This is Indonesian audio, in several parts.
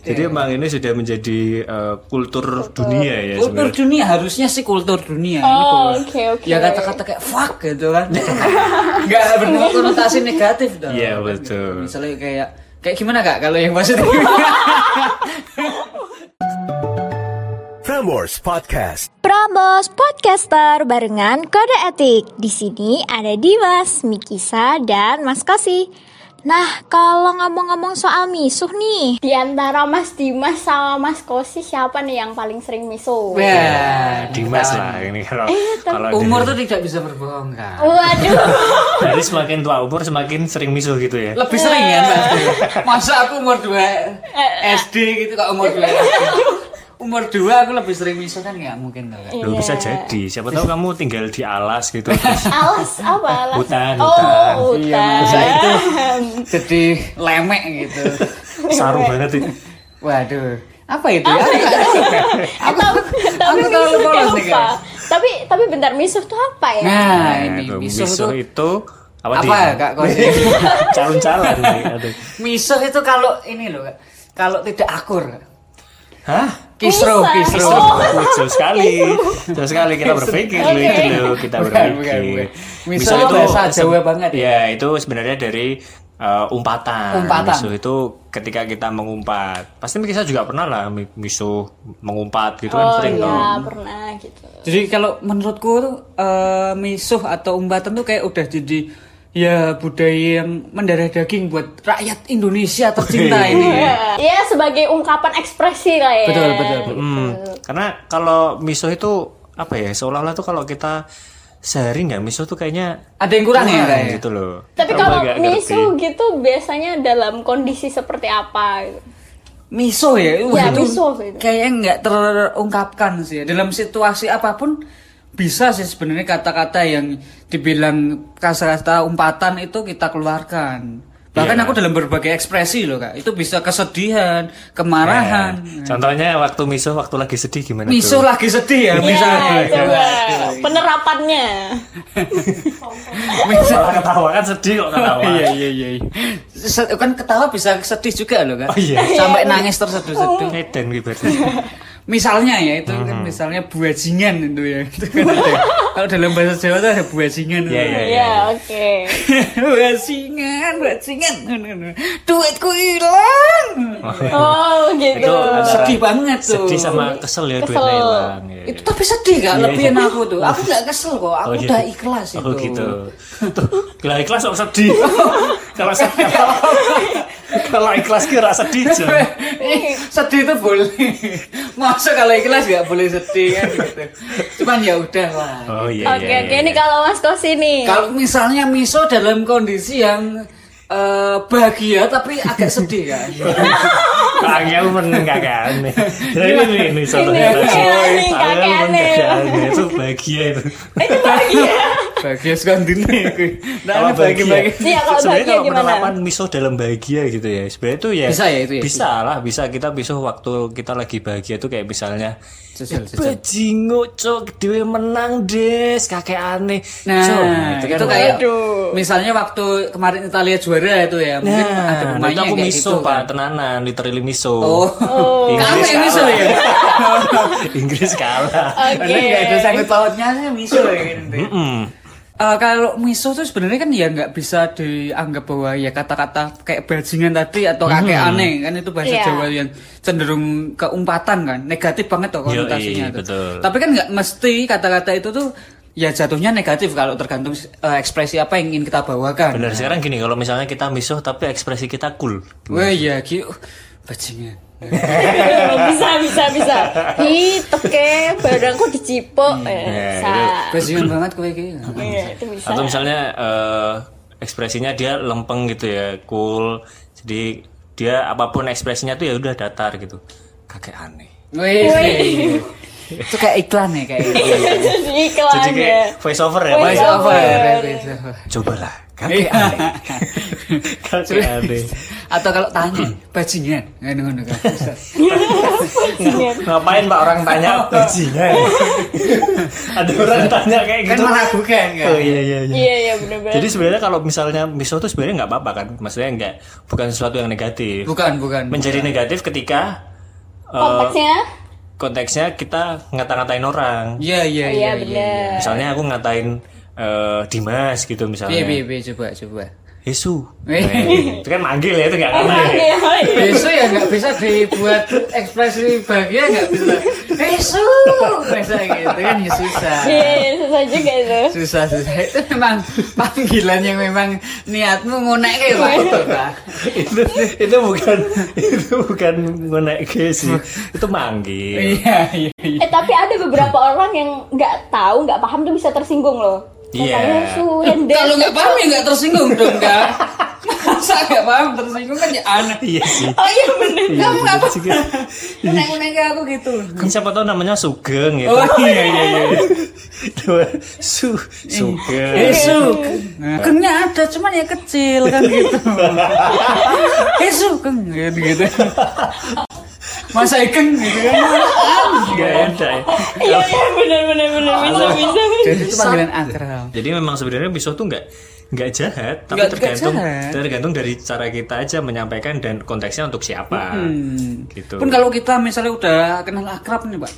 Jadi emang ini sudah menjadi eh, kultur, dunia ya kultur sebenarnya. dunia harusnya sih kultur dunia ini Oh, Bos. oke, oke. ya kata-kata kayak fuck gitu kan nggak berkonotasi negatif dong Iya, Kan gitu. betul. misalnya kayak kayak gimana kak kalau yang maksudnya Prambors Podcast. Prambos Podcaster barengan Kode Etik. Di sini ada Dimas, Mikisa, dan Mas Kosi. Nah, kalau ngomong-ngomong soal misuh nih, Di antara Mas Dimas sama Mas Kosi siapa nih yang paling sering miso? Wah, Iya, Dimas lah ini kalau kalau Eh, umur tuh tidak bisa berbohong Oh, kan Waduh. dari semakin tua umur semakin sering misuh gitu ya. lebih sering iya. kan pasti masa aku umur Eh, 2 SD gitu kok umur 2 SD umur 2 aku lebih sering miso kan nggak mungkin tuh kan Iya. Loh, bisa jadi. Siapa tahu kamu tinggal di alas gitu. Terus Alas apa alas? Hutan, oh, hutan. masa hutan. Iya, Nah, itu jadi lemek gitu saru banget ini. waduh apa itu ya Aku nggak tahu. aku aku terlalu tapi misuh itu polos nih apa? guys Tapi tapi bentar misuh tuh apa ya? nah Nah, ini itu miso misuh tuh itu apa, ya, apa ya, Din? kak Kosi? Calon-calon nih, aduh. miso itu kalau ini loh Kak. kalau tidak akur Hah? kisro Bisa. kisro Oh. Wih, Jauh sekali, jauh sekali kita berpikir loh Oke. itu loh kita Bukan, berpikir. bukan, bukan. Misal Misal itu bahasa Jawa banget ya? Ya itu sebenarnya dari eh, umpatan. Umpatan. Misuh itu ketika kita mengumpat. Pasti kita juga pernah lah mi- misuh mengumpat gitu kan Oh sering iya, dong. pernah gitu. Jadi kalau menurutku tuh eh, misuh atau umbatan tuh kayak udah jadi ya budaya yang mendarah daging buat rakyat Indonesia tercinta ini. Iya, sebagai ungkapan ekspresi lah ya. Betul, betul, betul. Hmm, karena kalau misuh itu apa ya seolah-olah tuh kalau kita sehari nggak misuh tuh kayaknya Ada yang kurang ya? Kak, kurang ya? gitu loh. Tapi Kita kalau nggak ngerti. misu gitu biasanya dalam kondisi seperti apa? gitu? Misuh ya, itu Ya, itu misuh itu. kayaknya nggak terungkapkan sih ya. dalam situasi apapun bisa sih sebenarnya kata-kata yang dibilang kata-kata umpatan itu kita keluarkan. Bahkan Iya. aku dalam berbagai ekspresi loh kak, itu bisa kesedihan, kemarahan. Nah, contohnya waktu misuh waktu lagi sedih gimana Misuh tuh? lagi sedih ya, Iya, misalnya. Ya, coba penerapannya. Misuh- Malah ketawa kan sedih kok ketawa. Iya iya iya. Se- Kan ketawa bisa sedih juga loh kan. Oh, iya. Sampai nangis terseduh-seduh. Edan gue berarti. Misalnya ya itu Mm-hmm. kan misalnya buajingan itu ya. Itu kan ada. Kalau dalam bahasa Jawa itu ada buajingan. Iya, iya. Ya, oke. buajingan, buajingan. Duitku hilang. Oh, gitu. Itu antara Sedih banget tuh. sedih sama kesel ya Kesel. duitnya hilang. ya. itu tapi sedih kan Iya, lebihin iya. aku tuh. Aku nggak kesel kok. Aku Oh, gitu. udah ikhlas itu. Oh gitu. Tuh, kalau ikhlas kok sedih. Kalau sedih kalau ikhlas ki ora sedih. Jon. Eh, sedih itu boleh. Masa kalau ikhlas nggak boleh sedih kan gitu. Cuman ya udah lah. Oh iya iya. Oke, iya, oke. iya. Ini kalau Mas Kosi nih. Eh. Kalau misalnya miso dalam kondisi yang eh, bahagia tapi agak sedih kan. Kayak meneng kakean nih. Nah, ini nih ini contohnya Ini, tadi. iya, ini Kakean kakean meneng nih. kakean nih. Itu bahagia itu. Itu bahagia. bahagia sekondini aku. Nah, Kalau ini bahagia-bahagia. Iya, kalau sebenarnya bahagia kalau gimana? penerapan miso dalam bahagia gitu ya sebenarnya itu ya Bisa ya itu ya? bisa lah bisa kita miso waktu kita lagi bahagia tuh kayak misalnya "Eh, Sosial, sosial. bajingo cok dewe menang des kakek aneh Nah, Cok, kan itu, kayak Waduh. misalnya waktu kemarin Italia juara itu ya, mungkin ada Nah, pemainnya itu aku kayak miso gitu. pak tenanan literally miso Oh. Kamu Inggris yang miso kalah. ya? Inggris kalah Karena Oke. nggak ada sangkut pautnya saya miso ya gitu. Hmm. Eh, kalau miso tuh sebenarnya kan ya nggak bisa dianggap bahwa ya kata-kata kayak bajingan tadi atau kakek aneh kan itu bahasa Iya. Jawa yang cenderung keumpatan kan negatif banget tuh Yoi, konotasinya tuh. betul. Tapi kan nggak mesti kata-kata itu tuh ya jatuhnya negatif kalau tergantung eh, ekspresi apa yang ingin kita bawakan. benar sekarang gini kalau misalnya kita miso tapi ekspresi kita cool Wah ya gitu bajingan. bisa, bisa, bisa. Hi, teke, barangku dicipok. Iya, Eh, bisa. Bajingan banget kowe iki. Iya, itu bisa. Atau misalnya eh, ekspresinya dia lempeng gitu ya, cool. Jadi dia apapun ekspresinya tuh ya udah datar gitu. Kakek aneh. Wih. itu kayak iklan ya kayak Jadi iya, Jadi iklan ya. kayak voice over ya. Voice Voice over. voice over ya, over. voice over. Cobalah. Kakek Iya. Ale. Kakek Ale. atau kalau tanya bajingan ngono-ngono kan Bajingan. Ngapain Pak orang tanya bajingan? Ada orang tanya kayak Iya. kan gitu. meragukan kan Oh iya iya iya. Iya iya benar-benar. Jadi sebenarnya kalau misalnya miso itu sebenarnya nggak apa-apa kan, maksudnya nggak bukan sesuatu yang negatif. bukan bukan Menjadi negatif ketika eh, konteksnya konteksnya kita ngata-ngatain orang. iya iya iya iya iya benar. Misalnya aku ngatain eh, Dimas gitu misalnya. Bi, bi, bi, coba coba Yesu. Eh. Eh, itu kan manggil ya itu nggak kena Emang ya. ya, iya. besok ya nggak bisa dibuat ekspresi bahagia nggak bisa besok besok gitu kan ya susah Iya, iya, susah juga itu. susah susah itu memang panggilan yang memang niatmu ngunek kayak gitu Pak. itu itu bukan itu bukan ngoneke sih. Itu manggil. iya iya iya Eh tapi ada beberapa orang yang nggak tahu, nggak paham tuh bisa tersinggung loh. Iya. Katanya surender. Kalau nggak paham ya nggak tersinggung dong kak. Masa nggak paham tersinggung kan ya aneh. Iya sih. Oh iya bener. Kamu nggak bener juga. paham. Neng-neng ke aku gitu. Kan gitu siapa tahu namanya Sugeng gitu. iya. Oh iya iya iya. Su Sugeng. Isu. Kengnya ada cuman ya kecil kan gitu. Isu keng gitu. gitu. Masa ikeng gitu kan. Nggak ada ya. Iya iya bener bener bener bisa bisa. Jadi itu panggilan akrab. Jadi memang sebenarnya pisau tuh nggak nggak jahat, tapi Nggak- nggak tergantung jahat. tergantung dari cara kita aja menyampaikan dan konteksnya untuk siapa. Mm-hmm. Gitu. Pun kalau kita misalnya udah kenal akrab nih pak,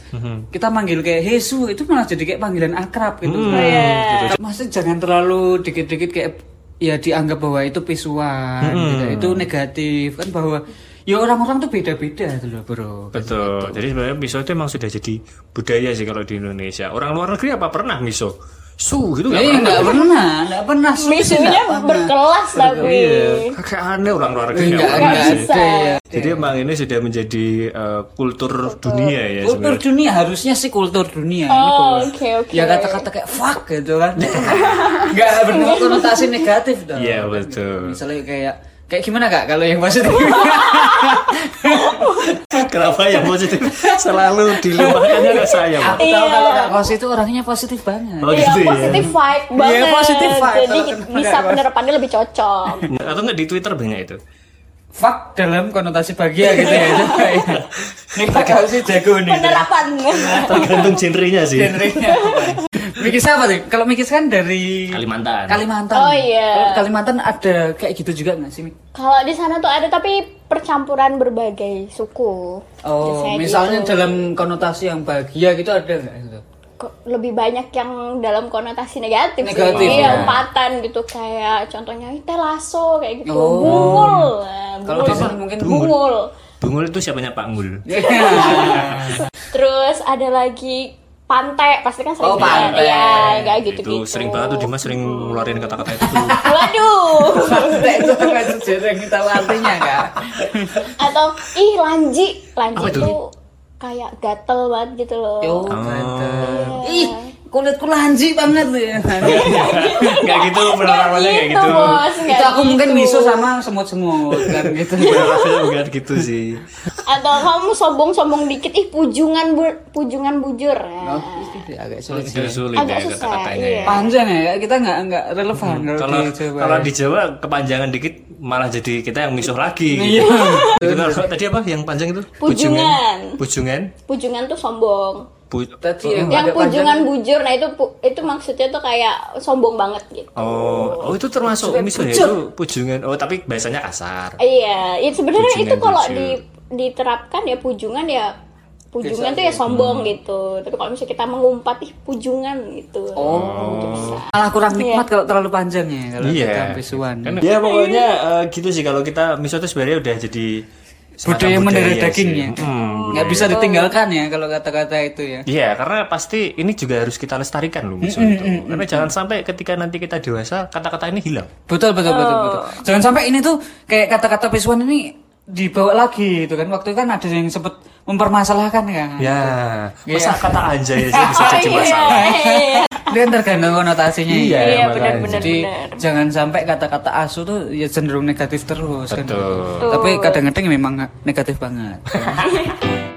kita manggil kayak Hesu itu malah jadi kayak panggilan akrab gitu. Iya. Maksudnya jangan terlalu dikit-dikit kayak ya dianggap bahwa itu pisuan, gitu. itu negatif kan bahwa ya orang-orang tuh beda-beda tuh loh bro. Betul. Jadi sebenarnya miso itu emang sudah jadi budaya sih kalau di Indonesia. Orang luar negeri apa pernah miso? Su gitu nggak Eh pernah. nggak pernah, nggak pernah. Susi nggak Misunya pernah. berkelas tapi. Iya, kayak aneh orang luar negeri nggak Nggak pernah nggak sih. bisa. ada ya. Jadi emang ini sudah menjadi eh, kultur, dunia ya Kultur sebenarnya. dunia harusnya sih kultur dunia. Ini Oh, bahwa- oke, oke. Ya kata-kata kayak fuck gitu kan. Enggak Iya. berkonotasi negatif dong. Iya, Kan betul. Iya, gitu. Misalnya kayak kayak gimana Kak kalau yang positif? Kenapa yang positif selalu dilupakannya ke saya? Pak? Aku tahu Iya. kalau Kak Kos itu orangnya positif banget. Oh, Iya, gitu ya. positive vibe banget. positive Iya, vibe. Jadi Kalau kan kenapa bisa nggak? penerapannya lebih cocok. Atau nggak di Twitter banyak itu? Fuck dalam konotasi bahagia gitu ya. Coba ya. Nih Kak Kos sih jago nih. Penerapan. Iya. Tergantung genrenya sih. Genrenya. Mikis apa tuh? Kalau Mikis kan dari Kalimantan. Kalimantan. Oh, iya. Kalau Kalimantan ada kayak gitu juga nggak sih? Mik? Kalau di sana tuh ada tapi percampuran berbagai Oh, suku. Biasanya misalnya gitu. dalam konotasi yang bahagia gitu ada nggak gitu? Kok lebih banyak yang dalam konotasi negatif, sih. Negatif, Iya, ya. umpatan gitu kayak contohnya teh lasso kayak gitu Oh. bungul Nah, Kalau bungul. di sana mungkin bungul Bungul itu siapanya Pak Ngul? terus ada lagi pantai pasti kan sering Oh, pantai. ya kayak gitu gitu Itu sering banget tuh Dimas sering ngeluarin kata-kata itu. tuh. waduh Pantai itu kan sejarah yang kita tahu artinya kak. atau ih lanji lanji Apa itu? itu kayak gatel banget gitu loh Yo, Oh. pantai. Ih, kulitku lanji banget tuh ya. Nggak gitu Nggak penerapannya kayak gitu, gitu. bos nggak itu aku mungkin gitu. Iya. miso sama semut-semut kan gitu. Penerapannya bukan gitu sih. atau kamu sombong-sombong dikit ih pujungan bu- pujungan bujur Oh, Nah. itu agak sulit. Itu sih. sulit Agak ya susah, kata-katanya. iya. ya. Panjang ya, kita nggak nggak relevan Hmm, Kalau di Jawa kalau ya. di Jawa kepanjangan dikit malah jadi kita yang misuh lagi. gitu. kan, Iya. Itu kalau tadi apa yang panjang itu? Pujungan. Pujungan. pujungan tuh sombong Pu- Tadi yang, yang agak panjang- pujungan bujur nah itu pu- itu maksudnya tuh kayak sombong banget gitu Oh, oh itu termasuk misuh ya itu pujungan. Oh, tapi bahasanya kasar. iya itu sebenarnya Pujungan itu kalau bujur. di diterapkan ya pujungan ya pujungan tuh ya sombong Hmm. gitu tapi kalau misalnya kita mengumpat ih pujungan gitu Oh, malah kurang Iya. nikmat kalau terlalu panjang ya kalau kita Iya. misuan. Kan- Ya pokoknya eh, gitu sih kalau kita miso itu sebenarnya udah jadi semacam budaya mendarah sih. dagingnya Mm, budaya. nggak bisa ditinggalkan ya kalau kata-kata itu ya Iya, karena pasti ini juga harus kita lestarikan loh miso itu. karena jangan sampai ketika nanti kita dewasa kata-kata ini hilang. betul betul betul betul jangan sampai ini tuh kayak kata-kata pisuan ini dibawa lagi itu kan waktu itu kan ada yang sempet mempermasalahkan kan Ya, masa Iya. kata anjay aja bisa jadi iya, masalah. iya. dia tergantung konotasinya Iya, ya. Iya, makanya. benar-benar. jadi jangan sampai kata-kata asu tuh ya cenderung negatif terus kan. Betul. tapi kadang-kadang memang negatif banget